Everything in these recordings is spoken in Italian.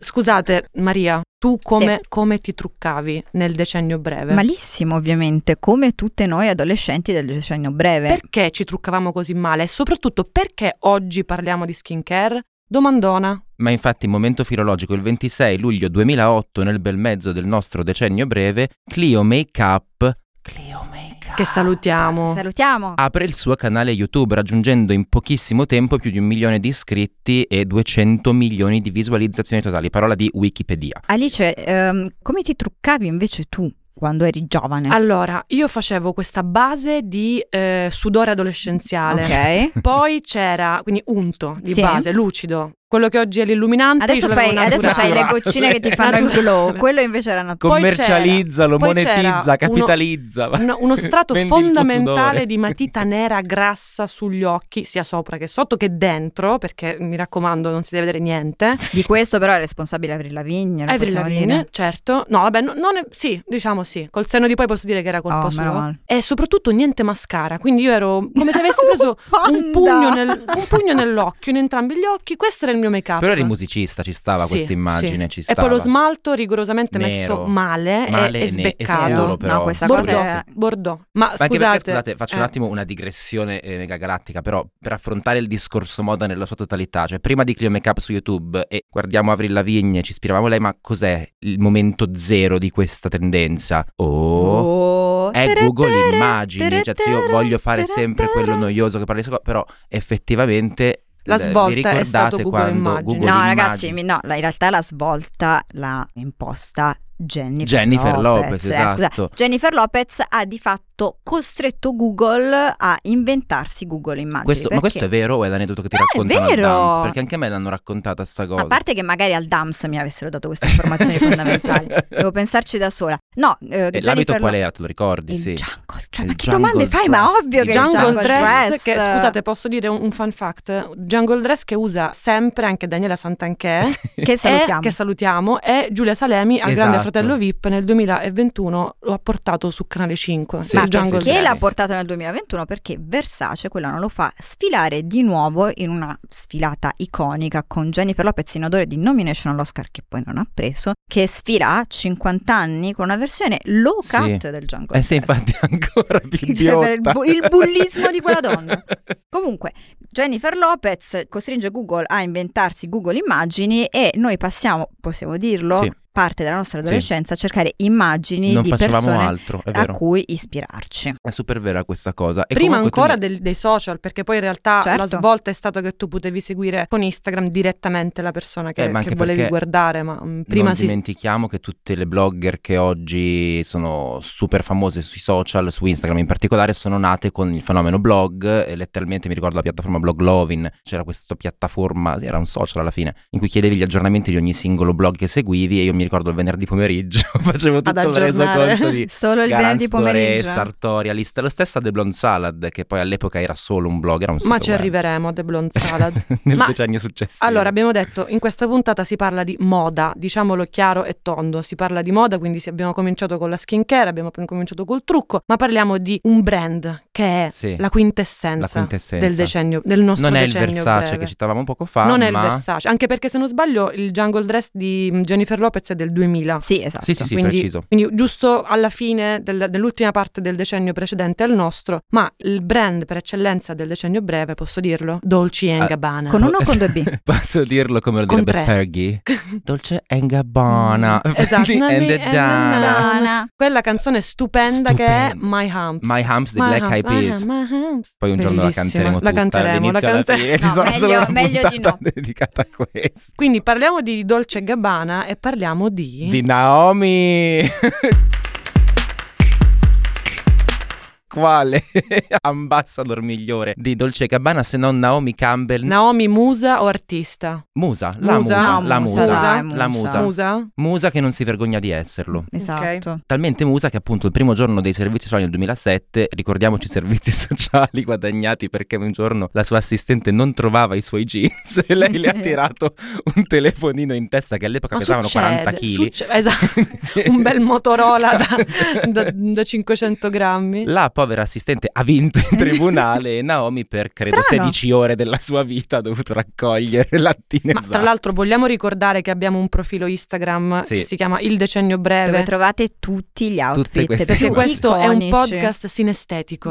Scusate, Maria, tu come, come ti truccavi nel decennio breve? Malissimo, ovviamente, come tutte noi adolescenti del decennio breve. perché ci truccavamo così male? E soprattutto perché oggi parliamo di skincare? Domandona. Ma infatti in momento filologico il 26 luglio 2008 nel bel mezzo del nostro decennio breve, Clio Makeup Clio Makeup Ah, Che salutiamo. Salutiamo. apre il suo canale YouTube raggiungendo in pochissimo tempo più di un milione di iscritti e 200 milioni di visualizzazioni totali, parola di Wikipedia. Alice, ehm, come ti truccavi invece tu quando eri giovane? Allora, io facevo questa base di eh, sudore adolescenziale. Ok. Poi c'era, quindi unto di Sì. base, lucido. Quello che oggi è l'illuminante. io Adesso, ce l'avevo fai, adesso naturale. c'hai le goccine che ti fanno il Naturale. glow, quello invece era naturale. Poi Commercializzalo, poi c'era monetizza, uno- capitalizza. Un- uno strato fondamentale di matita nera grassa sugli occhi, sia sopra che sotto che dentro, perché mi raccomando non si deve vedere niente. Di questo però è responsabile Avril Lavigne, lo Avril possiamo Lavigne, dire. certo. No, vabbè, no- non è- sì, diciamo sì. Col senno di poi posso dire che era colpa Oh, sua. meno male. E soprattutto niente mascara, quindi io ero come se avessi preso Panda! un pugno, nel- un pugno nell'occhio, in entrambi gli occhi. Questo era il mio make-up. Però eri musicista, ci stava Sì, questa immagine, sì. ci E stava. poi lo smalto rigorosamente messo Nero. male, e- Male e, e ne- e sbeccato. scuro, No, però. questa Bordeaux, cosa è- Bordeaux. Ma, Ma anche scusate, perché, scusate, faccio un eh. attimo una digressione eh, mega galattica, però per affrontare il discorso moda nella sua totalità, cioè prima di Clio Makeup su YouTube e guardiamo Avril Lavigne, ci ispiravamo a lei, ma cos'è il momento zero di questa tendenza? Oh, Oh. è Tere, Google tere, immagini, tere, cioè se io tere, voglio fare tere, sempre tere. quello noioso che parla di queste cose, però effettivamente La eh, vi svolta è ricordate stato Google quando Immagini? Google No, Immagini- ragazzi, mi- no, la- in realtà la svolta l'ha imposta Jennifer, Jennifer Lopez, eh, esatto. scusa. Jennifer Lopez ha di fatto costretto Google a inventarsi Google Immagini. Questo- perché- ma questo è vero o è l'aneddoto che ti No, è raccontano al vero! dance? Perché anche a me l'hanno raccontata sta cosa. A parte che magari al DAMS mi avessero dato queste informazioni fondamentali, devo pensarci da sola. No, eh, E Jennifer l'abito qual Lo- era, te lo ricordi? Il sì. jungle dress. Ma Il che domande jungle fai? Ma dress ovvio di che il Jungle, jungle Dress, dress. che scusate, posso dire un, un fun fact? Jungle Dress che usa sempre anche Daniela Santanchè, che eh, salutiamo. E, che salutiamo, e Giulia Salemi a Esatto. Grande Fratello VIP nel 2021 lo ha portato su Canale 5. Sì, il Ma sì, Jungle perché Dress. l'ha portato nel 2021? Perché Versace quella non lo fa sfilare di nuovo in una sfilata iconica con Jennifer Lopez in odore di nomination all'Oscar che poi non ha preso, che sfila a 50 anni con una versione low Sì. cut del Jungle Eh sì, Dress. infatti ancora più Cioè, per idiota. il bu- il bullismo di quella donna. Comunque, Jennifer Lopez costringe Google a inventarsi Google Immagini e noi passiamo, possiamo dirlo, Sì. parte della nostra adolescenza a cercare immagini non di facevamo persone altro, è a vero. cui ispirarci. È super vera questa cosa. E Prima comunque tu ancora mi- del- dei social, perché poi in realtà la Certo. svolta è stata che tu potevi seguire con Instagram direttamente la persona che, Eh, ma che anche volevi perché guardare, ma mm, prima non si dimentichiamo che tutte le blogger che oggi sono super famose sui social, su Instagram in particolare, sono nate con il fenomeno blog. E letteralmente mi ricordo la piattaforma Bloglovin, c'era questa piattaforma, sì, era un social alla fine, in cui chiedevi gli aggiornamenti di ogni singolo blog che seguivi. E io mi ricordo il venerdì pomeriggio facevo tutto il aggiornare. resoconto di Solo il Garan venerdì Storé, pomeriggio. Sartorialista, lo stesso a The Blonde Salad, che poi all'epoca era solo un blog, era un sito Ma ci web. arriveremo a The Blonde Salad. Nel Ma- decennio successivo. Allora, abbiamo detto, in questa puntata si parla di moda, diciamolo chiaro e tondo, si parla di moda, quindi sì, abbiamo cominciato con la skincare, abbiamo poi cominciato col trucco, ma parliamo di un brand che è Sì, la, quintessenza la quintessenza. del decennio, del nostro non è il decennio Versace breve. che citavamo poco fa, non è il ma... Versace, anche perché se non sbaglio il Jungle Dress di mm, Jennifer Lopez è del 2000. Sì, esatto. Sì, sì, sì, quindi, preciso. quindi giusto alla fine del- dell'ultima parte del decennio precedente al nostro, ma il brand per eccellenza del decennio breve, posso dirlo? Dolce Ah, Gabbana. Con uno o con due B? Posso dirlo come lo Con direbbe tre. Fergie? Dolce and Gabbana. Mm, esatto. Di and the Dance. Donna. Donna. Quella canzone stupenda che è Stupenda. My Humps. My Humps di Black Eyed Peas. Poi un giorno la canteremo La tutta, canteremo, la dall'inizio alla canteremo. fine. Ci No, sarà meglio- solo una meglio puntata di dedicata a questo. Quindi parliamo di Dolce Gabbana e parliamo di... Di Naomi. quale ambassador migliore di Dolce Gabbana se non Naomi Campbell? Naomi Musa o artista? Musa, la Musa. musa, No, la Musa, musa, dai, la Musa. musa. Musa? Musa che non si vergogna di esserlo. Esatto. Talmente musa che appunto il primo giorno dei servizi sociali nel 2007, ricordiamoci i servizi sociali guadagnati perché un giorno la sua assistente non trovava i suoi jeans e lei le ha tirato un telefonino in testa che all'epoca Ma pesavano succede, 40 kg. succe- esatto, un bel Motorola da, Esatto. da- da 500 grammi. La povera assistente ha vinto in tribunale e Naomi per credo Strano. 16 ore della sua vita ha dovuto raccogliere lattine Ma tra usate. l'altro vogliamo ricordare che abbiamo un profilo Instagram Sì. che si chiama Il Decennio Dove Breve. trovate tutti gli outfit queste Perché Sì, più questo è un iconici. podcast sinestetico.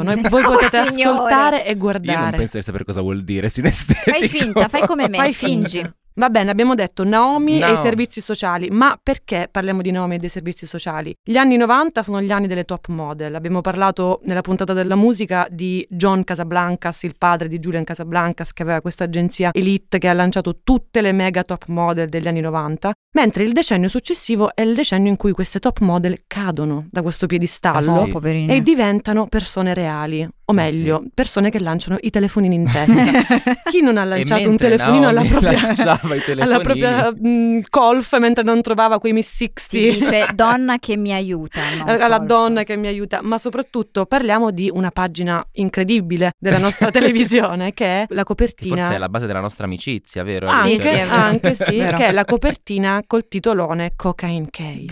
Noi, voi Oh, potete signore! ascoltare e Io non guardare. penso di sapere cosa vuol dire sinestetico. Fai finta, fai come me, Fai fingi. finta. Va bene, abbiamo detto Naomi e i Naomi. servizi sociali, ma perché parliamo di Naomi e dei servizi sociali? Gli anni 90 sono gli anni delle top model. Abbiamo parlato nella puntata della musica di John Casablancas, il padre di Julian Casablancas, che aveva questa agenzia elite che ha lanciato tutte le mega top model degli anni 90, mentre il decennio successivo è il decennio in cui queste top model cadono da questo piedistallo Ah, Oh, sì. Ah, poverino. e diventano persone reali, o meglio, persone che lanciano i telefonini in testa. Chi non ha E lanciato un mentre telefonino alla Naomi propria, lanciava i telefonini, alla propria mh, colf mentre non trovava quei Miss si 60 dice donna che mi aiuta. non alla colpa. donna che mi aiuta, ma soprattutto parliamo di una pagina incredibile della nostra televisione che è la Che copertina. forse è la base della nostra amicizia, vero? Cioè, Ah, Anche, Sì, sì, è vero. anche sì, Vero. che è la copertina col titolone Cocaine Kate,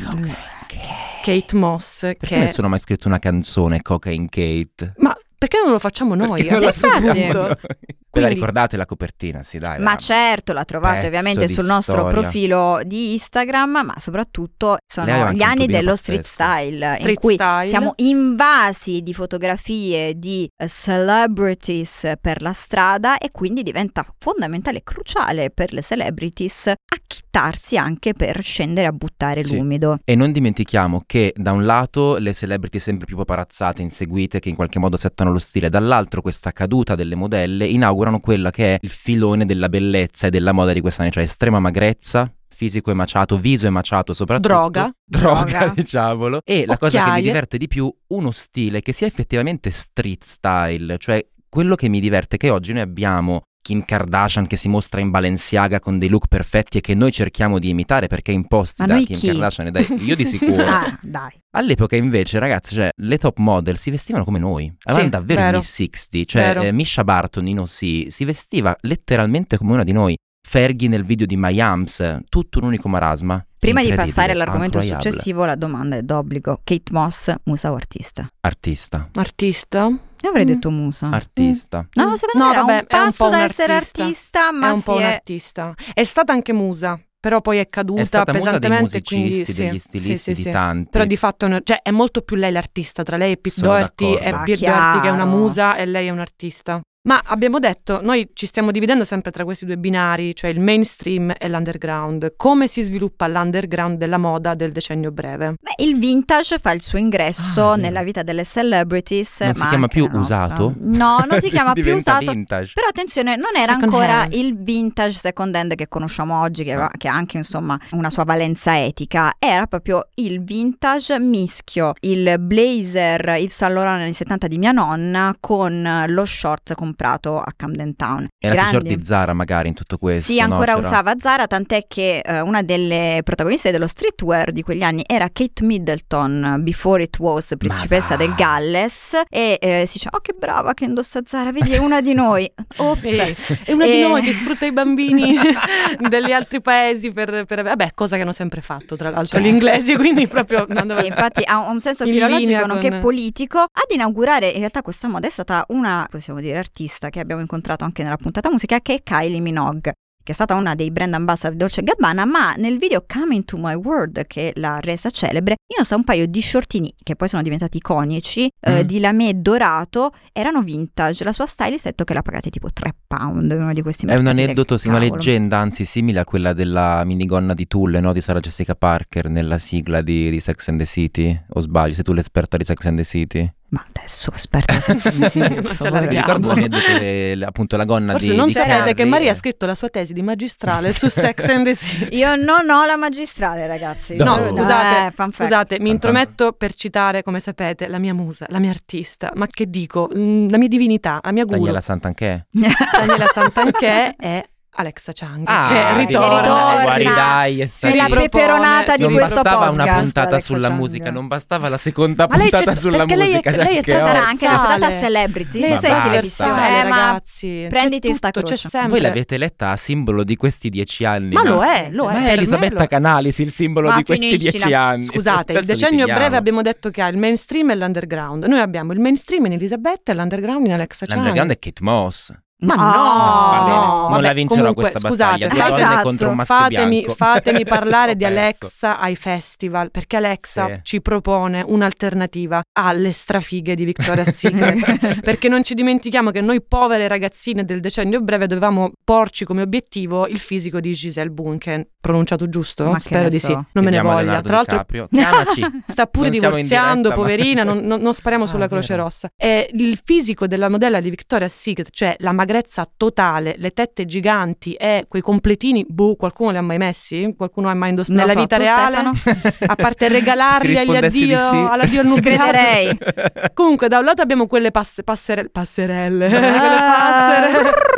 Kate Moss, Perché che nessuno ha mai scritto una canzone Cocaine Kate? Ma perché non lo facciamo noi? Esatto. Perché non la Infatti. sappiamo Appunto. noi? Ve la Quindi- ricordate la copertina? Sì, dai. Ma la- certo, la trovate Pezzo ovviamente di sul nostro storia. profilo di Instagram, ma soprattutto Lei sono aveva gli anche un anni tubino dello pazzesco. street style, in Street cui style. siamo invasi di fotografie di eh, celebrities per la strada e quindi diventa fondamentale e cruciale per le celebrities acchittarsi anche per scendere a buttare Sì. l'umido. E non dimentichiamo che da un lato le celebrity sempre più paparazzate, inseguite, che in qualche modo settano lo stile, dall'altro questa caduta delle modelle inaugurano quella che è il filone della bellezza e della moda di quest'anno, cioè estrema magrezza, fisico emaciato, viso emaciato soprattutto. Droga. Droga, Droga. diciamolo. E la cosa che mi Occhiaie. diverte di più, uno stile che sia effettivamente street style, cioè quello che mi diverte è che oggi noi abbiamo Kim Kardashian che si mostra in Balenciaga con dei look perfetti e che noi cerchiamo di imitare perché imposti Ma da noi Kim chi? Kardashian e dai io di sicuro. Ah, dai. All'epoca invece, ragazzi, cioè, le top model si vestivano come noi. Avevano Sì, davvero vero. i Miss 60, cioè Vero. eh, Misha Barton in OC si vestiva letteralmente come una di noi. Fergie nel video di My Amps, tutto un unico marasma. Prima di Incredibile, passare all'argomento incroyable. successivo, la domanda è d'obbligo. Kate Moss, musa o artista? Mm. Artista. Artista? Io avrei Mm. detto musa. Artista. No, secondo No, me era vabbè, è un un passo po' un da essere artista. artista, ma è un si po' un è- artista. È stata anche musa, però poi è caduta È stata musa dei pesantemente. musicisti, quindi, sì. degli stilisti, Sì, sì, di sì. tanti. Però di fatto è una- cioè, è molto più lei l'artista, tra lei e Pete Sono Doherty d'accordo. è Ah, Pete chiaro. Doherty che è una musa e lei è un artista. Ma abbiamo detto, noi ci stiamo dividendo sempre tra questi due binari, cioè il mainstream e l'underground. Come si sviluppa l'underground della moda del decennio breve? Beh, il vintage fa il suo ingresso Ah, è vero. nella vita delle celebrities. Non si ma chiama anche più la nostra. usato? No, non si chiama più Diventa usato. vintage. Però attenzione, non era Second ancora hand. il vintage second hand che conosciamo oggi, che, aveva- Ah. che ha anche insomma una sua valenza etica, era proprio il vintage mischio, il blazer Yves Saint Laurent negli 70 di mia nonna con lo short comprato a Camden Town. Era la Grandi. t-shirt di Zara magari in tutto questo. Sì, no? ancora C'era- usava Zara, tant'è che eh, una delle protagoniste dello streetwear di quegli anni era Kate Middleton, Before It Was, principessa dai. del Galles, e eh, si dice, oh che brava che indossa Zara, vedi è una di noi. Ops. Sì. È una di E- noi che sfrutta i bambini degli altri paesi per, per- Vabbè, cosa che hanno sempre fatto, tra l'altro, Certo. gli inglesi, quindi proprio... non dove- Sì, infatti ha un senso In filologico linea nonché con- politico. Ad inaugurare in realtà questa moda è stata una, possiamo dire, artista che abbiamo incontrato anche nella puntata musica, che è Kylie Minogue. Che è stata una dei brand ambassador di Dolce Gabbana, ma nel video Coming to My World, che l'ha resa celebre, io so un paio di shortini che poi sono diventati iconici, eh, Mm. di lamè dorato, erano vintage. La sua stylist ha detto che l'ha pagata tipo 3 pound. Uno di questi È un mercati del aneddoto, sì, una cavolo. leggenda, anzi simile a quella della minigonna di Tulle, no? Di Sara Jessica Parker nella sigla di, di Sex and the City. O sbaglio, sei tu l'esperta di Sex and the City? Ma adesso, aspetta, se- per ce la favore. Mi ricordo Abbiamo. l'aneddoto del- appunto la gonna Forse di non di sapete Carrie. che Maria ha scritto la sua tesi di magistrale su Sex and the City. Io non ho la magistrale, ragazzi. No, No. scusate, Eh, fun fact. scusate, mi Tan tan. intrometto per citare, come sapete, la mia musa, la mia artista, ma che dico, Mm, la mia divinità, la mia guru, Daniela, Daniela Santanchè. Santanchè e Alexa Chang, che vedi, ritorna. ritorna. Guardi, Sì. dai, Ah, è Sì, È stato- la ripropone. peperonata di non questo bastava podcast. ecco, una puntata Alexa sulla Chung. musica, non bastava la seconda Ma lei c'è- puntata sulla perché lei è- musica. lei è- cioè, Ci Che sarà ozio. anche una ossale. puntata celebrity. Lei Ma sei basta. trasversale, Eh, ma ragazzi. C'è prenditi sta tutto, c'è croce. sempre. Voi l'avete letta a simbolo di questi dieci anni. Ma no? lo è, Sì. lo è. Ma per è me Elisabetta lo- Canalis il simbolo Ma di questi finiscila. dieci anni. Scusate, il Adesso decennio litighiamo. breve abbiamo detto che ha il mainstream e l'underground. Noi abbiamo il mainstream in Elisabetta e l'underground in Alexa Chang. L'underground è Kate Moss. Ma no, No, va bene. no, non Ah, vabbè, la vincerò comunque, questa scusate, battaglia. Due fate- donne Esatto. contro un maschio Fatemi, bianco. fatemi Cioè, ho parlare di perso. Alexa ai festival, perché Alexa Sì. ci propone un'alternativa alle strafighe di Victoria's Secret. perché non ci dimentichiamo che noi povere ragazzine del decennio breve dovevamo porci come obiettivo il fisico di Giselle Bunken. Pronunciato giusto? Ma che Spero ne di so. sì. Non me ne Chiediamo a voglia. Leonardo Tra l'altro DiCaprio. Chiamaci. Sta pure Non siamo in divorziando, diretta, ma- poverina, non, non- non spariamo Ah, sulla è Croce vero. Rossa. E il fisico della modella di Victoria's Secret, cioè la magrezza totale, le tette giganti e quei completini, boh, qualcuno li ha mai messi? Qualcuno ha mai indossato Nella nella vita tu, reale? Stefano? A parte regalarli Se agli rispondessi di addio, sì. all'addio Ci annunciato. crederei. Comunque, da un lato abbiamo quelle passe- passerelle, passerelle, Ah. quelle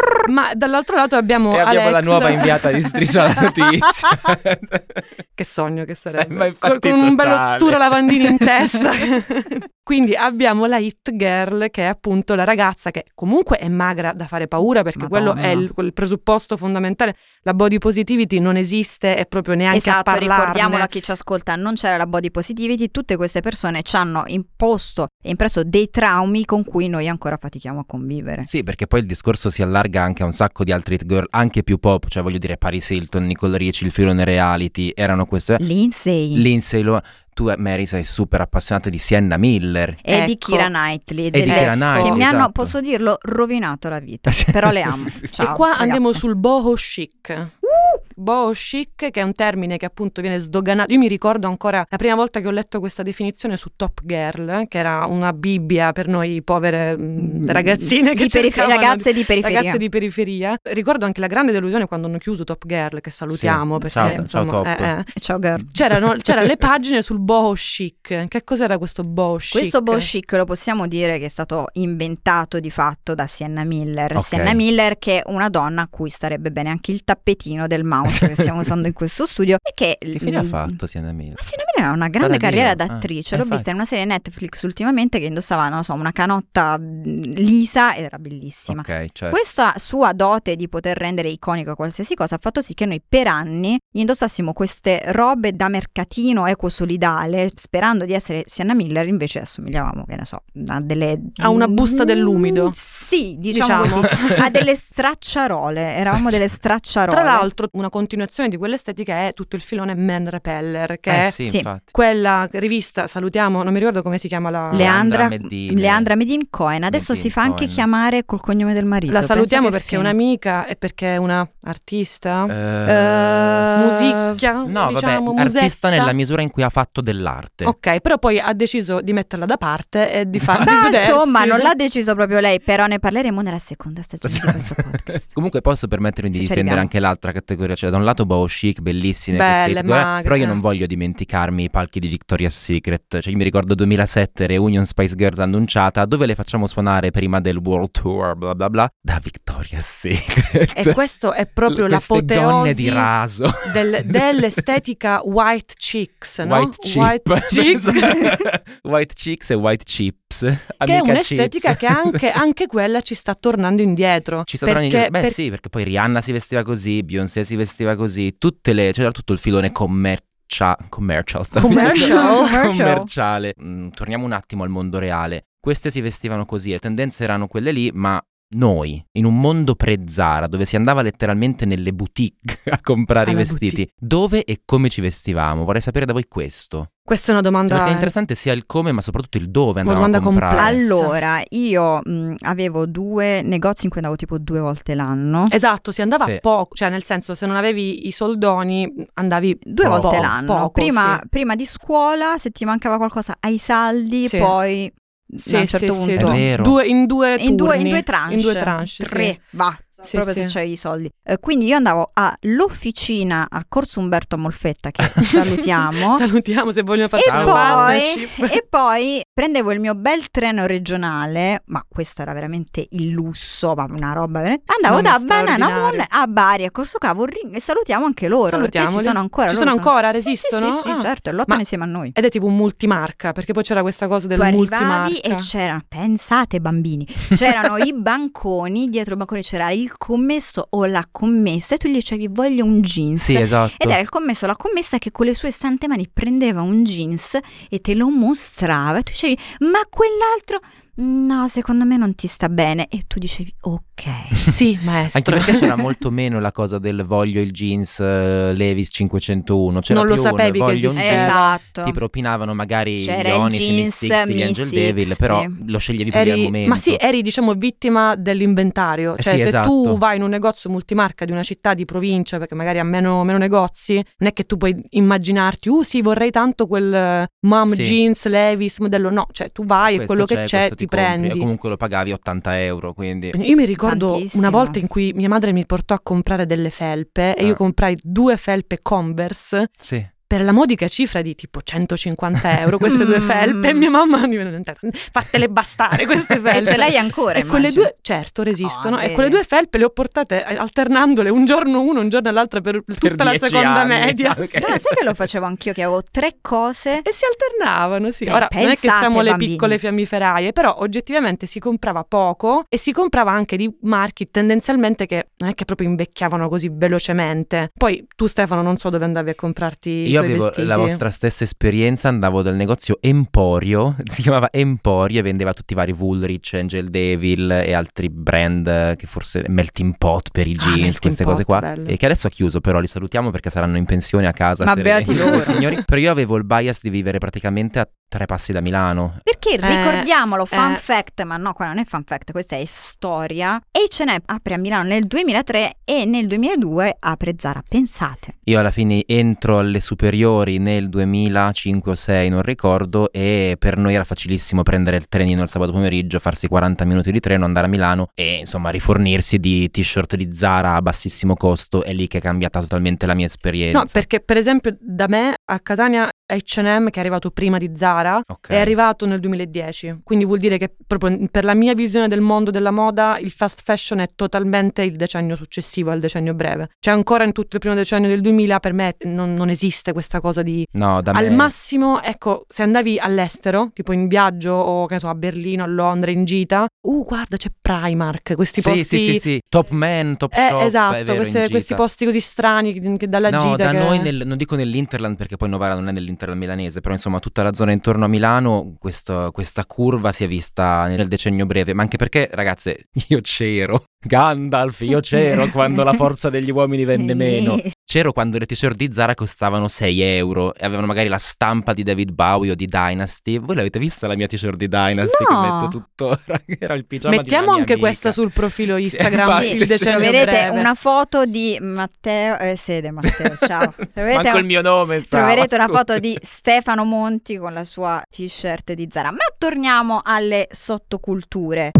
passerelle. ma dall'altro lato abbiamo e abbiamo la Alexa. nuova inviata di Striscia la Notizia. Che sogno che Eh, ma sarebbe. Con, infatti con un bello totale. stura lavandini in testa. Quindi abbiamo la hit girl che è appunto la ragazza che comunque è magra da fare paura perché quello Madonna. è il, quel presupposto fondamentale. La body positivity non esiste e proprio neanche a Esatto, parlarne. ricordiamolo a chi ci ascolta, non c'era la body positivity, tutte queste persone ci hanno imposto e impresso dei traumi con cui noi ancora fatichiamo a convivere. sì, perché poi il discorso si allarga anche a un sacco di altri hit girl, anche più pop, cioè voglio dire Paris Hilton, Nicole Ricci, il filone reality, erano Mm. queste. Lindsay Lindsay Lohan, tu eh, Mary sei super appassionata di Sienna Miller. e di Ecco. Kira Knightley E di delle- Keira che Knightley, mi hanno, esatto. posso dirlo, rovinato la vita, però le amo. Ciao, e qua ragazze. andiamo sul boho chic. Uh! Boho chic, che è un termine che appunto viene sdoganato. Io mi ricordo ancora la prima volta che ho letto questa definizione su Top Girl, eh, che era una bibbia per noi povere mm, ragazzine che Di perif- cercavano di- ragazze di periferia. Ragazze di periferia. Ricordo anche la grande delusione quando hanno chiuso Top Girl, che salutiamo Sì, perché ciao- ciao insomma, Top. eh, eh. Ciao girl. C'erano, c'erano le pagine sul boho chic. Che cos'era questo boho chic? Questo boho chic lo possiamo dire che è stato inventato di fatto da Sienna Miller. Ok. Sienna Miller che è una donna a cui starebbe bene anche il tappetino del mouse che stiamo usando in questo studio e che... Che fine ha Mm. fatto Sienna Miller? Ma Sienna Miller ha una grande Sarà carriera Dio. d'attrice. Ah, L'ho infatti. vista in una serie Netflix ultimamente che indossava, non lo so, una canotta mh, lisa ed era bellissima. Ok, cioè... Questa sua dote di poter rendere iconico qualsiasi cosa ha fatto sì che noi per anni indossassimo queste robe da mercatino eco-solidale, sperando di essere Sienna Miller, invece assomigliavamo, che ne so, a delle... A una busta dell'umido. Mm, Sì, diciamo, Diciamo. così, a delle stracciarole, eravamo delle stracciarole. Tra l'altro, una continuazione di quell'estetica è tutto il filone Man Repeller, che eh, è sì, sì. infatti. quella rivista, salutiamo, non mi ricordo come si chiama la... Le- Leandra, Leandra Medin. Leandra Medin Cohen, adesso Medin si fa anche Cohen. chiamare col cognome del marito. la pensa salutiamo che perché è fine. un'amica e perché è una artista. Eh, Musicchia, No, diciamo, vabbè, artista musetta. nella misura in cui ha fatto dell'arte. Ok, però poi ha deciso di metterla da parte e di farla Ma insomma, non l'ha deciso proprio lei, però ne parleremo nella seconda stagione di questo podcast. Comunque posso permettermi di Sì, ci difendere arriviamo. anche l'altra categoria, cioè da un lato boho chic, bellissime Belle, queste hit girl, magre, però io eh. non voglio dimenticarmi i palchi di Victoria's Secret, cioè io mi ricordo 2007 Reunion Spice Girls annunciata, dove le facciamo suonare prima del World Tour, bla bla bla, da Victoria's Secret. E questo è proprio L- queste gonne di l'apoteosi raso. del- dell'estetica white chicks, no? White chip. White chicks. White chicks e white chips. Che è Amica un'estetica chips. che anche, anche quella ci sta tornando indietro. Ci sta perché, tornando indietro. Beh, per- sì, perché poi Rihanna si vestiva così, Beyoncé si vestiva così, tutte le. c'era tutto il filone commercia- commercial. stavo Commercial. dicendo. Commercial. commerciale. Mm, torniamo un attimo al mondo reale. Queste si vestivano così, le tendenze erano quelle lì, ma. Noi, in un mondo pre-Zara, dove si andava letteralmente nelle boutique a comprare Alla i vestiti, dove e come ci vestivamo? Vorrei sapere da voi questo. Questa è una domanda... Perché è interessante sia il come, ma soprattutto il dove Una andavamo a domanda comprare. complessa. Allora, io mh, avevo due negozi in cui andavo tipo due volte l'anno. Esatto, si andava Sì. poco, cioè nel senso se non avevi i soldoni andavi Due Po- volte po- l'anno. poco, prima, sì. prima di scuola, se ti mancava qualcosa ai saldi, Sì. poi Sì, a un certo sì, sì, punto. È vero. Due- in due in due, in turni. due tranche, In due tranche, sì. tre, va, Sì, proprio sì. se c'hai i soldi. Eh, quindi io andavo all'officina a Corso Umberto Molfetta, che salutiamo, Salutiamo se vogliono farci E una poi- partnership. Cioè, E poi prendevo il mio bel treno regionale, ma questo era veramente il lusso, ma una roba veramente- Andavo Non da è Banana straordinario. Moon a Bari, a Corso Cavo, ri- e salutiamo anche loro, perché ci Salutiamoli. sono ancora. Ci loro sono ancora, Sì, sì, resistono? Sì, sì, Ah. certo, e lottano Ma- insieme a noi. Ed è tipo un multimarca, perché poi c'era questa cosa del tu arrivavi multimarca. e c'era, pensate bambini, c'erano i banconi, dietro il bancone c'era il commesso o la commessa e tu gli dicevi voglio un jeans. Sì, esatto. Ed era il commesso, la commessa che con le sue sante mani prendeva un jeans e te lo mostrava e tu dicevi ma quell'altro no secondo me non ti sta bene e tu dicevi ok. Sì, Anche maestro. perché c'era molto meno la cosa del voglio il jeans eh, Levis 501. C'era Non lo più un sapevi che voglio un esisteva. jeans. Esatto. Ti propinavano magari C'era gli il Onis, i jeans, Miss Sixty, gli Angel Miss Devil, Sixty. però lo sceglievi per Eri- il momento. ma sì, eri diciamo vittima dell'inventario. Eh Cioè, sì, se esatto. tu vai in un negozio multimarca di una città di provincia, perché magari ha meno, meno negozi, non è che tu puoi immaginarti, uh sì, vorrei tanto quel eh, mom Sì. jeans, Levis, modello. No, cioè tu vai e Questo quello che c'è questo ti, compri. prendi. E comunque lo pagavi 80 euro, quindi... Io mi ricordo Tantissimo. una volta in cui mia madre mi portò a comprare delle felpe e Eh. io comprai due felpe Converse Sì. per la modica cifra di tipo 150 euro queste due Mm. felpe e mia mamma mi venne- fatele bastare queste felpe. E Eh, ce l'hai ancora E quelle immagino. due, certo, resistono. Ah, e bene. quelle due felpe le ho portate eh, alternandole un giorno uno, un giorno l'altro per tutta la dieci seconda anni. media. Ok. Sì. No, sai che lo facevo anch'io che avevo tre cose E si alternavano, sì. Beh, Ora, non è che Eh, pensate, siamo le bambini. piccole fiammiferaie, però oggettivamente si comprava poco e si comprava anche di marchi tendenzialmente che non è che proprio invecchiavano così velocemente. Poi tu, Stefano, non so dove andavi a comprarti i Io tuoi avevo vestiti. la vostra stessa esperienza, andavo dal negozio Emporio, si chiamava Emporio e vendeva tutti i vari Woolrich, Angel Devil e altri brand eh, che forse Melting Pot per i Ah, jeans, Melting queste Pot, cose qua. bello. E che adesso ha chiuso però, li salutiamo perché saranno in pensione a casa. Ma se- beati loro. signori. Però io avevo il bias di vivere praticamente a tre passi da Milano. Perché ricordiamolo, fun eh. fact, ma no, qua non è fun fact, questa è storia. H&M apre a Milano nel 2003 e nel 2002 apre Zara. Pensate, Io alla fine entro alle superiori nel 2005 o 6, non ricordo, e per noi era facilissimo prendere il trenino il sabato pomeriggio, farsi 40 minuti di treno, andare a Milano e insomma rifornirsi di t-shirt di Zara a bassissimo costo. È lì che è cambiata totalmente la mia esperienza. No, perché per esempio da me a Catania H&M che è arrivato prima di Zara Ok. È arrivato nel 2010, quindi vuol dire che proprio per la mia visione del mondo della moda il fast fashion è totalmente il decennio successivo al decennio breve. Cioè ancora in tutto il primo decennio del 2000 per me non, non esiste questa cosa di... No, da Al me... massimo, ecco, se andavi all'estero, tipo in viaggio o che ne so, a Berlino, a Londra, in gita, uh guarda c'è Primark, questi sì, posti... sì, sì, sì. Top man, top Eh, shop. è esatto, vero, in queste- gita. questi posti così strani che, che dalla no, gita... da che- noi, nel- non dico nell'Interland perché poi Novara non è nell'Interland milanese, però insomma tutta la zona intorno a Milano, questo- questa curva si è vista nel decennio breve, ma anche perché ragazze, io c'ero, Gandalf, io c'ero quando la forza degli uomini Eh, venne meno, c'ero quando le t-shirt di Zara costavano 6 euro e avevano magari la stampa di David Bowie o di Dynasty, voi l'avete vista la mia t-shirt di Dynasty No. che metto tuttora, che era il pigiama di Mettiamo una mia anche amica. questa sul profilo Sì, Instagram, infatti, il sì. decennio troverete breve. una foto di Matteo, eh, sede Matteo, ciao. Troverete Manco un- il mio nome, sa, Troverete una ascolta. foto di Stefano Monti con la sua t-shirt di Zara. Ma torniamo alle sottoculture.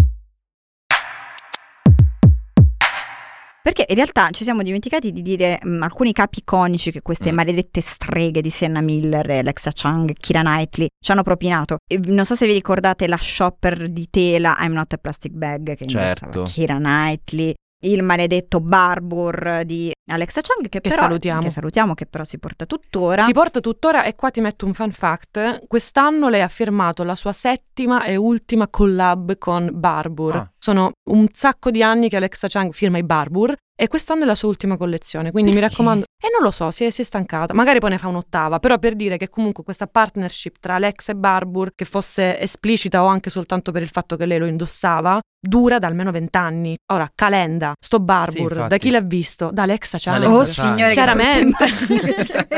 Perché in realtà ci siamo dimenticati di dire mh, alcuni capi iconici che queste Mm. maledette streghe di Sienna Miller, Alexa Chung, Kira Knightley ci hanno propinato. E mm, non so se vi ricordate la shopper di tela I'm Not a Plastic Bag che indossava Certo. Kira Knightley, il maledetto Barbour di Alexa Chung che, Che però salutiamo. che salutiamo che però si porta tuttora. Si porta tuttora e qua ti metto un fun fact. Quest'anno lei ha firmato la sua settima e ultima collab con Barbour. Ah. Sono un sacco di anni che Alexa Chang firma i Barbour e quest'anno è la sua ultima collezione, quindi mi Perché? raccomando. E non lo so, si è, si è stancata. Magari poi ne fa un'ottava, però per dire che comunque questa partnership tra Alexa e Barbour, che fosse esplicita o anche soltanto per il fatto che lei lo indossava, dura da almeno vent'anni. Ora, Calenda, sto Barbour, da infatti. chi l'ha visto? Da Alexa Chang. Alexa Oh Chang. signore, Chiaramente. che brutta immagine.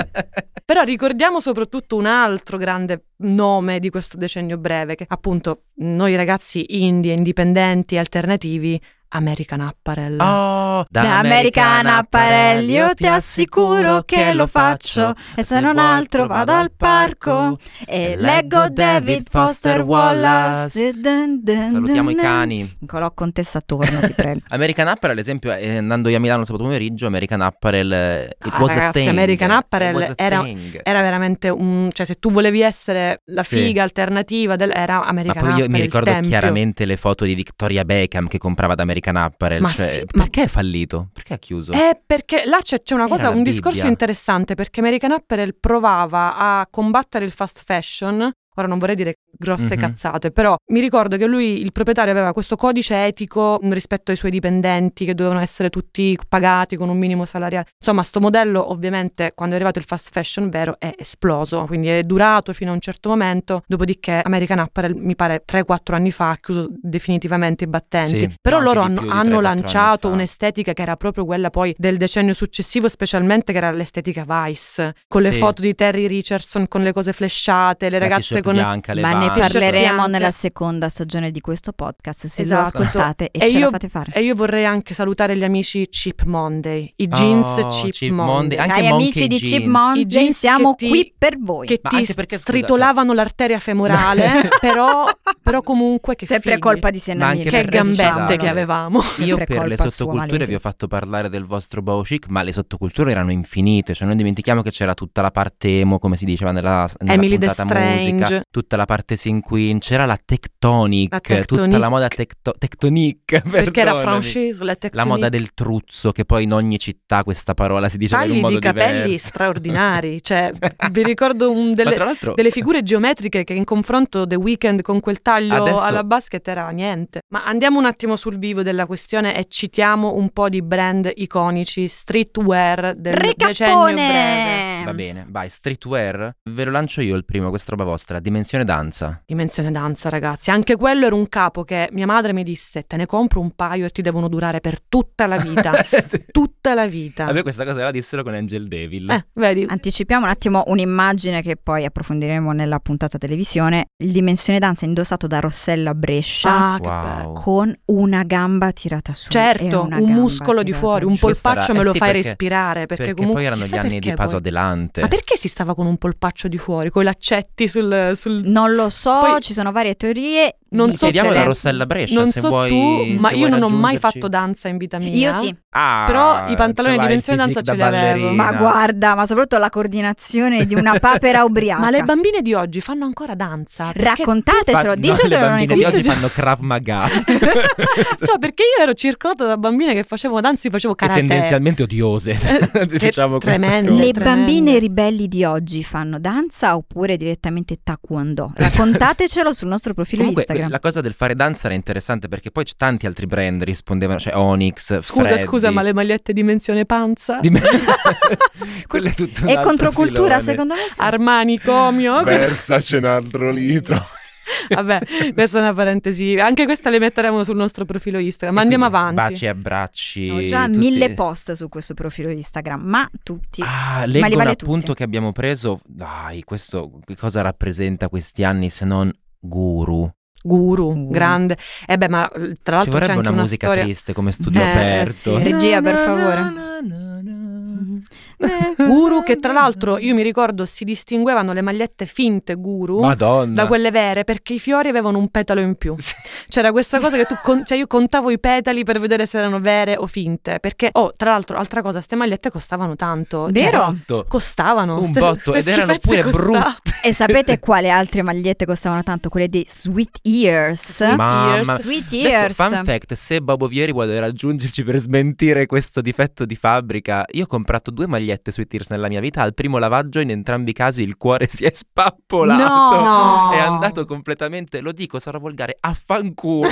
Però ricordiamo soprattutto un altro grande nome di questo decennio breve, che appunto noi ragazzi indie, indipendenti, alternativi, American Apparel. Oh, Da American Apparel io ti assicuro che lo faccio E se non altro vado al parco E leggo David Foster Wallace Dun, dun, Salutiamo i dun, cani. Nicolò Contessa torna ti prego American Apparel, ad esempio, eh, andando io a Milano sabato pomeriggio, American Apparel. eh, It Ah, was a ragazzi, thing. American It Apparel was a era- thing. Era veramente un... cioè se tu volevi essere la Sì. figa alternativa del... era Ma American poi io Apparel, mi il ricordo tempio. chiaramente le foto di Victoria Beckham che comprava da American Apparel. Ma cioè, sì, ma- perché è fallito? Perché ha chiuso? Eh, perché là c'è, c'è una Era cosa, la un discorso Bibbia. interessante, perché American Apparel provava a combattere il fast fashion. Ora non vorrei dire grosse Mhm. cazzate, però mi ricordo che lui, il proprietario, aveva questo codice etico mh, rispetto ai suoi dipendenti che dovevano essere tutti pagati con un minimo salariale. Insomma, sto modello ovviamente quando è arrivato il fast fashion vero è esploso, quindi è durato fino a un certo momento, dopodiché American Apparel mi pare 3-4 anni fa ha chiuso definitivamente i battenti. Sì, Però no, loro anche di hanno, più di hanno 3-4 anni lanciato fa. un'estetica che era proprio quella poi del decennio successivo, specialmente che era l'estetica Vice, con le Sì. foto di Terry Richardson, con le cose flesciate, le La ragazze t-shirt con... bianca, le Ma ne vans. parleremo Bianche. nella seconda stagione di questo podcast Se lo Esatto. ascoltate e, E ce io- la fate fare E io vorrei anche salutare gli amici Cheap Monday, i jeans Oh, Cheap, Cheap Monday, Monday. Anche Cari Monkey amici di Jeans. Chip I jeans Monday che siamo ti- qui per voi che Ma ti anche perché, scusa, cioè stritolavano l'arteria femorale, però, però comunque che Sempre fighi, colpa di Siena Ma anche Miller, che perché, gambette scusate. che avevamo. Io Sempre per le colpa sua, sottoculture vi Valentina. ho fatto parlare del vostro bow chic, ma le sottoculture erano infinite, cioè non dimentichiamo che c'era tutta la parte emo, come si diceva nella, nella Emily the puntata Strange. musica, tutta la parte sin queen, c'era la tectonic, La tutta tectonic. la moda tecto- tectonic, Perché era perdonami. franchise, la La moda tectonic. del truzzo, che poi in ogni città questa parola si diceva in tagli un modo di capelli diverso. straordinari. Cioè, vi ricordo un- Ma delle, tra l'altro delle figure geometriche che in confronto The Weeknd con quel taglio Adesso- alla basket era niente. Ma andiamo un attimo sul vivo della questione e citiamo un po' di brand iconici, streetwear del decennio breve. Ricappone Va bene, vai, streetwear, ve lo lancio io il primo, questa roba vostra, dimensione danza. Dimensione danza, ragazzi. Anche quello era un capo che mia madre mi disse: Te ne compro un paio e ti devono durare per tutta la vita. tutta la A vita. me questa cosa la dissero con Angel Devil. Eh, vedi, Anticipiamo un attimo un'immagine che poi approfondiremo nella puntata televisione. Il Dimensione Danza indossato da Rossella Brescia Ah, che Wow. bello. con una gamba tirata su. e Certo, una un gamba muscolo di tirata fuori, un giù. Questa era- polpaccio me eh lo sì, fai perché- respirare perché, Perché comunque poi erano gli chissà anni di perché Paso poi- Adelante. Ma perché si stava con un polpaccio di fuori, con i laccetti sul, sul- Non lo so, Poi- ci sono varie teorie. Non Dice so Chiediamo se- alla lei- Rossella Brescia non se so vuoi tu, ma se io vuoi non ho mai raggiungerci. fatto danza in vita mia. Io sì, Ah, però i pantaloni ce di l'hai il dimensione danza physique ce da li avevo. ma ballerina. guarda, ma soprattutto la coordinazione di una papera ubriaca. Ma le bambine di oggi fanno ancora danza? Perché- Fa- Raccontatecelo, no, le dicetelo nei bambine di oggi commenti. fanno Krav Maga. cioè, perché io ero circondata da bambine che facevano danza, io facevo Che karate. tendenzialmente odiose, Eh, che diciamo questa tremendo. cosa. Le Tremendo. bambine ribelli di oggi fanno danza oppure direttamente taekwondo? Esatto. Raccontatecelo sul nostro profilo Comunque Instagram. la cosa del fare danza era interessante perché poi c- tanti altri brand rispondevano, cioè Onyx, Scusa, scusa, ma le magliette dimensione panza? Di me... Quello è tutto un E altro controcultura, filone. secondo me sì. Armani, comio. Versace un altro litro. Vabbè, questa è una parentesi. Anche questa le metteremo sul nostro profilo Instagram. Ma E andiamo quindi avanti. Baci e abbracci. Ho già tutti- mille post su questo profilo Instagram, ma tutti. Ah, leggo li un vale appunto tutti. che abbiamo preso. Dai, questo che cosa rappresenta questi anni se non guru? Guru, Guru. grande. E beh, ma eh, tra Ci l'altro c'è vorrebbe anche una, una, musica storia. triste come studio Eh, aperto. sì. Regia, per favore. Mm-hmm. Eh, Guru che tra l'altro io mi ricordo si distinguevano le magliette finte guru Madonna. Boh, da quelle vere perché i fiori avevano un petalo in più. Sì. C'era questa cosa che tu con- cioè io contavo i petali per vedere se erano vere o finte, perché oh, tra l'altro altra cosa, ste magliette costavano tanto. Cioè, Vero? Botto. costavano Un ste- botto ste ed erano schifezze pure costa- brutte. E sapete quale altre magliette costavano tanto? Quelle dei Sweet Ears. Mamma Sweet Adesso, Ears. fun fact, se Bobo Vieri vuole raggiungerci per smentire questo difetto di fabbrica, io ho comprato due magliette sui Tears nella mia vita, al primo lavaggio in entrambi i casi il cuore si è spappolato. No! È andato completamente, lo dico, sarò volgare, a fanculo.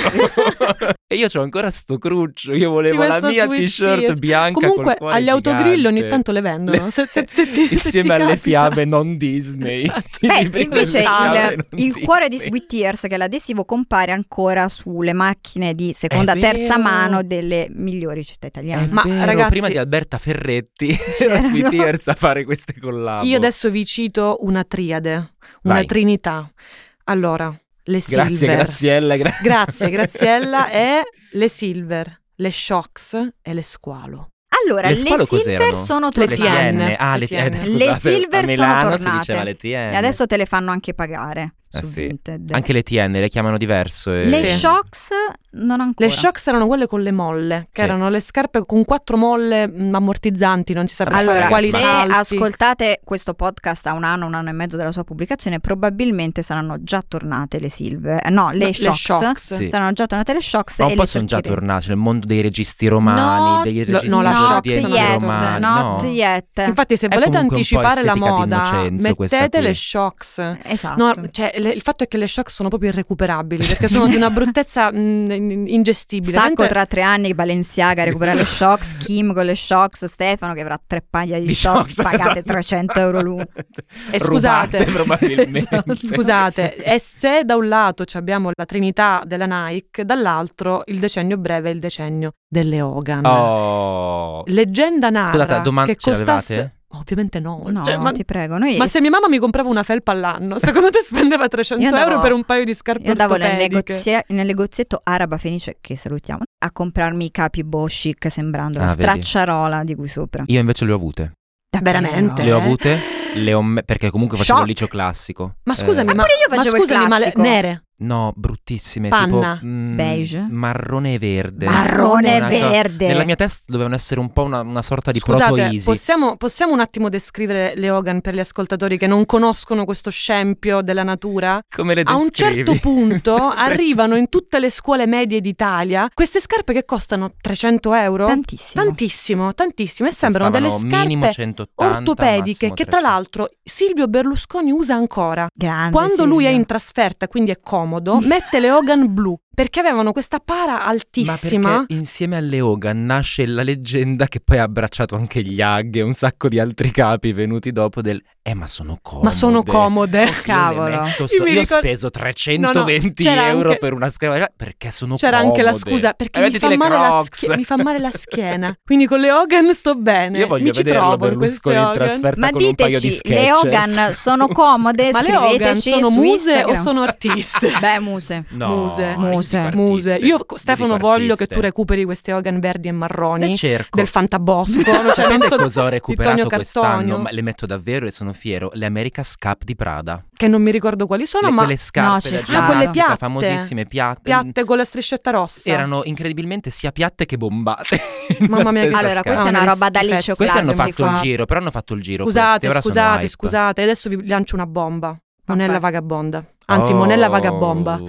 e io c'ho ancora sto cruccio, io volevo Di la questa mia Sweet t-shirt Tears. bianca Comunque col cuore agli autogrill ogni gigante. tanto le vendono, Le- se- se- se ti- se ti insieme alle capita. fiabe non Disney. Esatto. Beh, I primi invece fiabe il, non il cuore di Disney. Sweet Ears, che è l'adesivo, compare ancora sulle macchine di seconda, È terza vero. Eh, mano delle migliori città È italiane. Ma, vero, ragazzi- Cioè, prima di Alberta Ferretti era C'erano- Sweet Ears a fare queste collab. Io adesso vi cito una triade, una Vai. trinità. Allora, le Grazie Silver. Graziella, gra- Grazie, Graziella e le Silver, le shocks e le squalo. Allora, Le le, squalo silver cos'erano? sono Le tornate. TN. Ah, le le TN. TN. scusate, Le Silver a sono Milano si tornate. diceva le TN. E adesso te le fanno anche pagare. Eh su sì. Vinted. Anche le TN le chiamano diverso. eh. e- Le Sì. shocks non ancora. Le shocks erano quelle con le molle, che Sì. erano le scarpe con quattro molle mh, ammortizzanti, non si sapeva Allora, Fare quali se salti. ascoltate questo podcast a un anno, un anno e mezzo dalla sua pubblicazione, probabilmente saranno già tornate le silver. eh, No, le No, shocks. shocks. Sì. Saranno già tornate le shocks. Ma e un po' le sono già torchieremo. tornati nel mondo dei registi romani, Not- degli no, registi no, la not shocks sono yet, romani. not no. yet. Infatti, se È volete comunque un po' anticipare la estetica di moda, Innocenzo questa mettete qui. le shocks. Esatto. No, cioè, le- il fatto è che le shock sono proprio irrecuperabili perché sono di una bruttezza mh, in- ingestibile. Sacco Mentre- tra tre anni Balenciaga recupera le shocks, Kim con le shocks, Stefano che avrà tre paia di, Di shocks, shocks, pagate esatto. 300 euro l'uno. E scusate, Rubate, probabilmente. Esatto. Scusate, e se da un lato ci abbiamo la trinità della Nike, dall'altro il decennio breve è il decennio delle Hogan. Oh. Leggenda narra Scusate, la domanda che ce l'avevate? costasse... Ovviamente no. No, Cioè, ma, ti prego, noi ma se mia mamma mi comprava una felpa all'anno, secondo te spendeva 300 Io andavo- euro per un paio di scarpe Io andavo nel, ortopediche? negozia- nel negozietto Araba Fenice, che salutiamo, a comprarmi i capi Boschik sembrando Ah, la vedi. stracciarola di cui sopra. Io invece le ho avute. Davvero? Veramente? Le ho avute, le ho me- perché comunque facevo Shock. liceo classico. Ma Eh, scusami, Ma ma, pure io ma facevo il scusami, ma le- classico. nere. No, bruttissime. Panna. Tipo, mm, Beige. Marrone e verde. Marrone e Una cosa- verde. Nella mia testa dovevano essere un po' una, una sorta di Scusate, proto-easy. possiamo, possiamo un attimo descrivere le Hogan per gli ascoltatori che non conoscono questo scempio della natura? Come le A un descrivi? certo punto arrivano in tutte le scuole medie d'Italia queste scarpe che costano 300 euro? Tantissimo. Tantissimo, tantissimo, e sembrano delle Costavano minimo scarpe 180, ortopediche massimo che tra 300. l'altro Silvio Berlusconi usa ancora. Grande, Quando Silvia. lui è in trasferta, quindi è comodo, mette le Hogan blu perché avevano questa para altissima. Ma perché insieme alle Hogan nasce la leggenda che poi ha abbracciato anche gli Hag e un sacco di altri capi venuti dopo del Eh ma sono comode Ma sono comode. Io le Cavolo. metto Eh, Io so- mi io ricordo- ho speso 320 No, no, c'era euro anche- per una scrivania perché sono C'era anche comode. la scusa perché Eh, mi mettiti fa, le male la Crocs. schie- mi fa male la schiena. Quindi con le Hogan sto bene. Io voglio mi ci vederlo trovo in queste Berlusconi in Hogan. trasferta Ma con un paio di diteci, sketch. le Hogan sono comode? Ma le Hogan Scriveteci sono su muse o Instagram. sono artiste? Beh, muse. No, Muse. Muse. io dico artiste, Muse. Io dico Stefano artiste. voglio che tu recuperi queste Hogan verdi e Le marroni cerco. del Fantabosco. cioè, non Sapete so- cosa ho recuperato Tonio quest'anno? Cartonio. Ma le metto davvero e sono fiero. Le America's Cup di Prada. Che non mi ricordo quali sono, le, ma quelle scarpe No, ci da sta. Ah, ginnastica, quelle piatte. famosissime piatte, piatte con la striscetta rossa. erano incredibilmente sia piatte che bombate Mamma mia, che- Nella stessa Allora, questa scarpa. è una No, roba da schifezze. liceo queste hanno classico. fatto il giro però hanno fatto il giro queste, Scusate, ora sono scusate, hype. scusate. Adesso vi lancio una bomba. Monella Vabbè. Vagabonda. Anzi, Oh. Monella Vagabomba.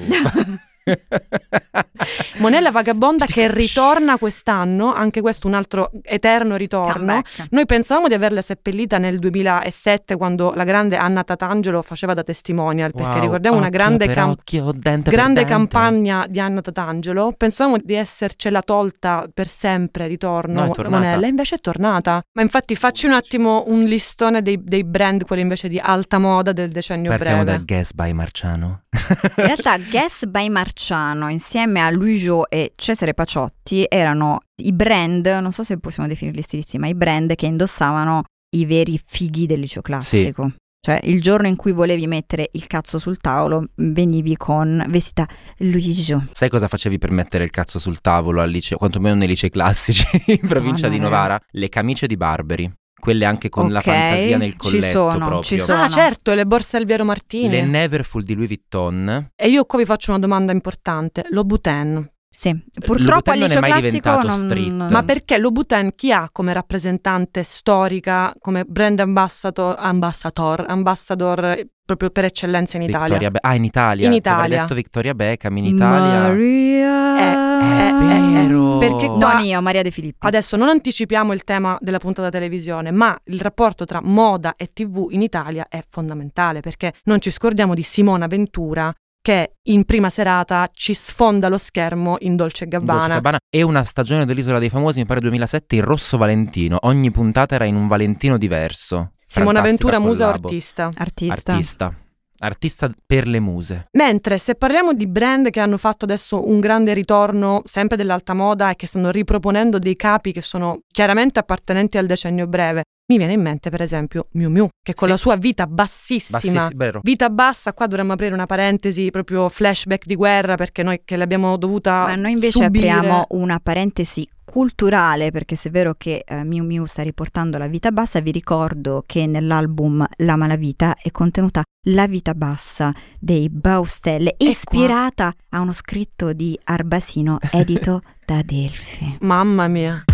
Monella Vagabonda che ritorna quest'anno, anche questo un altro eterno ritorno. Comeback. Noi pensavamo di averla seppellita nel 2007 quando la grande Anna Tatangelo faceva da testimonial, perché Wow, ricordiamo una occhio grande, per cam- occhio, dente per grande dente. campagna di Anna Tatangelo, pensavamo di essercela tolta per sempre di No, torno è Mo- tornata. Monella, invece è tornata. Ma infatti facci un attimo un listone dei, dei brand, quelli invece di alta moda del decennio partiamo da breve. Guess by Marciano In realtà Guess by Marciano insieme a Luigio e Cesare Paciotti erano i brand, non so se possiamo definirli stilisti, ma i brand che indossavano i veri fighi del liceo classico. Cioè il giorno in cui volevi mettere il cazzo sul tavolo mm, venivi con vestita Luigio. sai cosa facevi per mettere il cazzo sul tavolo al liceo quantomeno nei licei classici in provincia Madonna, di Novara le camicie di Barberi quelle anche con la Ok, fantasia nel ci colletto sono, proprio ci sono. Ah, certo, e le borse Alviero Martini. le Neverfull di Louis Vuitton E io qua vi faccio una domanda importante. L'Obuten. Sì, purtroppo al L'Oubuten Eh, non è liceo mai classico diventato non... street. non- Ma perché l'Obuten chi ha come rappresentante storica, come brand ambassador, ambassador, ambassador eh, proprio per eccellenza in Italia? Victoria Be- ah in Italia In Ti Italia. avrei detto Victoria Beckham in Italia Maria... È vero. Eh, perché No, qua- Non io, Maria De Filippi. Adesso non anticipiamo il tema della puntata televisione, ma il rapporto tra moda e TV in Italia è fondamentale perché non ci scordiamo di Simona Ventura che in prima serata ci sfonda lo schermo in Dolce e Gabbana. Dolce Gabbana e una stagione dell'Isola dei Famosi, mi pare 2007, il Rosso Valentino. Ogni puntata era in un Valentino diverso. Simona Fantastica Ventura, musa collabo. artista. Artista. Artista. Artista per le muse. Mentre se parliamo di brand che hanno fatto adesso un grande ritorno sempre dell'alta moda e che stanno riproponendo dei capi che sono chiaramente appartenenti al decennio breve, Mi viene in mente per esempio Miu Miu, che con Sì. la sua vita bassissima, Bassissimo, vero. vita bassa, qua dovremmo aprire una parentesi proprio flashback di guerra perché noi che l'abbiamo dovuta Ma noi invece subire- apriamo una parentesi culturale perché se è vero che eh, Miu Miu sta riportando la vita bassa, vi ricordo che nell'album La malavita è contenuta la vita bassa dei Baustelle, qua. ispirata a uno scritto di Arbasino edito da Delfi. Mamma mia.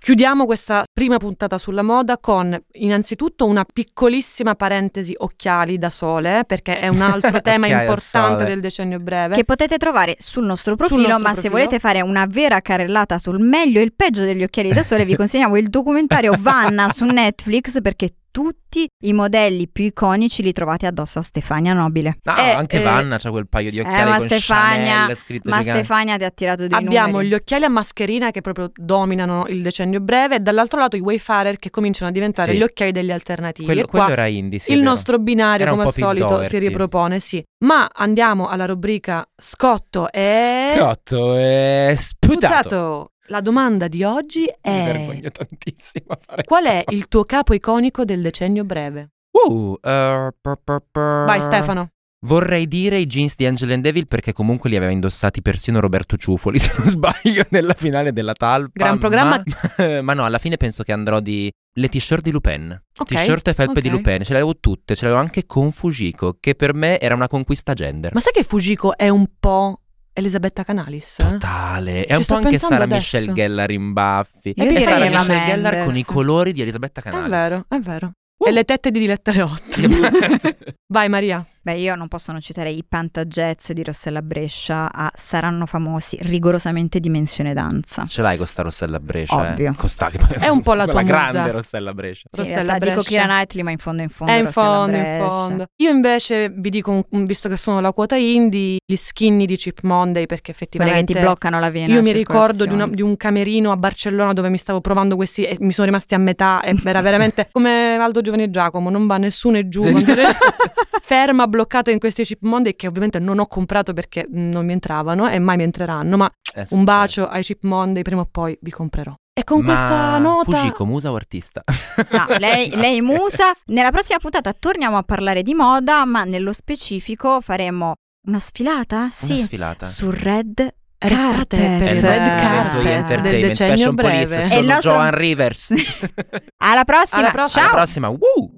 Chiudiamo questa prima puntata sulla moda con innanzitutto una piccolissima parentesi occhiali da sole, perché è un altro tema Occhiali da importante sole. del decennio breve. Che potete trovare sul nostro profilo, nostro ma se profilo. volete fare una vera carrellata sul meglio e il peggio degli occhiali da sole, vi consigliamo il documentario Vanna su Netflix perché tutti i modelli più iconici li trovate addosso a Stefania Nobile. Ah, Eh, anche eh, Vanna c'ha quel paio di occhiali ma con Stefania- Chanel scritto Ma gigante. Stefania ti ha tirato dei Abbiamo numeri. gli occhiali a mascherina che proprio dominano il decennio breve e dall'altro lato i wayfarer che cominciano a diventare Sì. gli occhiali degli alternativi. Quello, e qua quello era indie, sì, è il vero. nostro binario, Era un come al po' Pink solito, si Doherty. ripropone, sì. Ma andiamo alla rubrica Scotto e... Scotto è sputato. eh? Sputato. La domanda di oggi Mi è... vergogno tantissimo a fare Qual sta è cosa. il tuo capo iconico del decennio breve? Uh, eh, pa, pa, pa. Vai Stefano. Vorrei dire i jeans di Angel and Devil perché comunque li aveva indossati persino Roberto Ciuffoli, se non sbaglio, nella finale della talpa. Gran programma. Ma, ma no, alla fine penso che andrò di... Le t-shirt di Lupin. Ok. T-shirt e felpe di ok. Lupin. Ce le avevo tutte, ce le avevo anche con Fujiko, che per me era una conquista gender. Ma sai che Fujiko è un po' Elisabetta Canalis? eh? Totale. È Ci un sto po' anche pensando Sara adesso. Michelle Gellar in baffi. Io e direi Sara Eva Michelle Gellar Mendes. con i colori di Elisabetta È Canalis. vero, è vero. Uh. E le tette di Diletta Leotti. Vai Maria. Beh, io non posso non citare i Pantagetz di Rossella Brescia a Saranno famosi, rigorosamente dimensione danza. Ce l'hai con sta Rossella Brescia? Ovvio. Eh? Con sta, che poi- È un po' la quella tua musa. grande Rossella Brescia. Sì, in Rossella realtà dico Brescia. Kira Knightley, ma in fondo in fondo È in Rossella fondo, in Brescia. fondo. Io invece vi dico, un- visto che sono la quota indie, gli skinny di Chip Monday Quelle che perché ti effettivamente... bloccano la vena. Io mi ricordo di, una- circolazione. di un camerino a Barcellona dove mi stavo provando questi e mi sono rimasti a metà e era veramente come Aldo Giovanni e Giacomo, non va nessuno e giù. Ferma bloccata in questi Chip Monday che ovviamente non ho comprato perché mh, non mi entravano e mai mi entreranno, ma Eh, sì, un bacio penso. ai Chip Monday prima o poi vi comprerò. E con Ma questa nota Fujiko, musa o artista? No, lei, No, lei scherzo. musa. Nella prossima puntata torniamo a parlare di moda, ma nello specifico faremo una sfilata? Una Sì, sfilata. Eh, su Red restate per Carpet. È il il red nostro evento di carpet del entertainment, decennio Fashion breve. Police, È il sono nostro- Joan Rivers. Alla prossima! Alla prossima. Alla Ciao! prossima. Woo!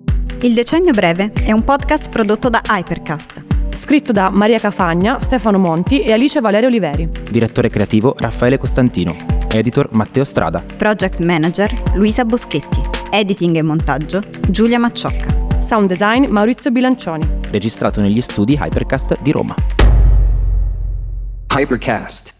Il Decennio Breve è un podcast prodotto da Hypercast. Scritto da Maria Cafagna, Stefano Monti e Alice Valerio Oliveri. Direttore creativo Raffaele Costantino. Editor Matteo Strada. Project Manager Luisa Boschetti. Editing e montaggio Giulia Macciocca. Sound design Maurizio Bilancioni. Registrato negli studi Hypercast di Roma. Hypercast.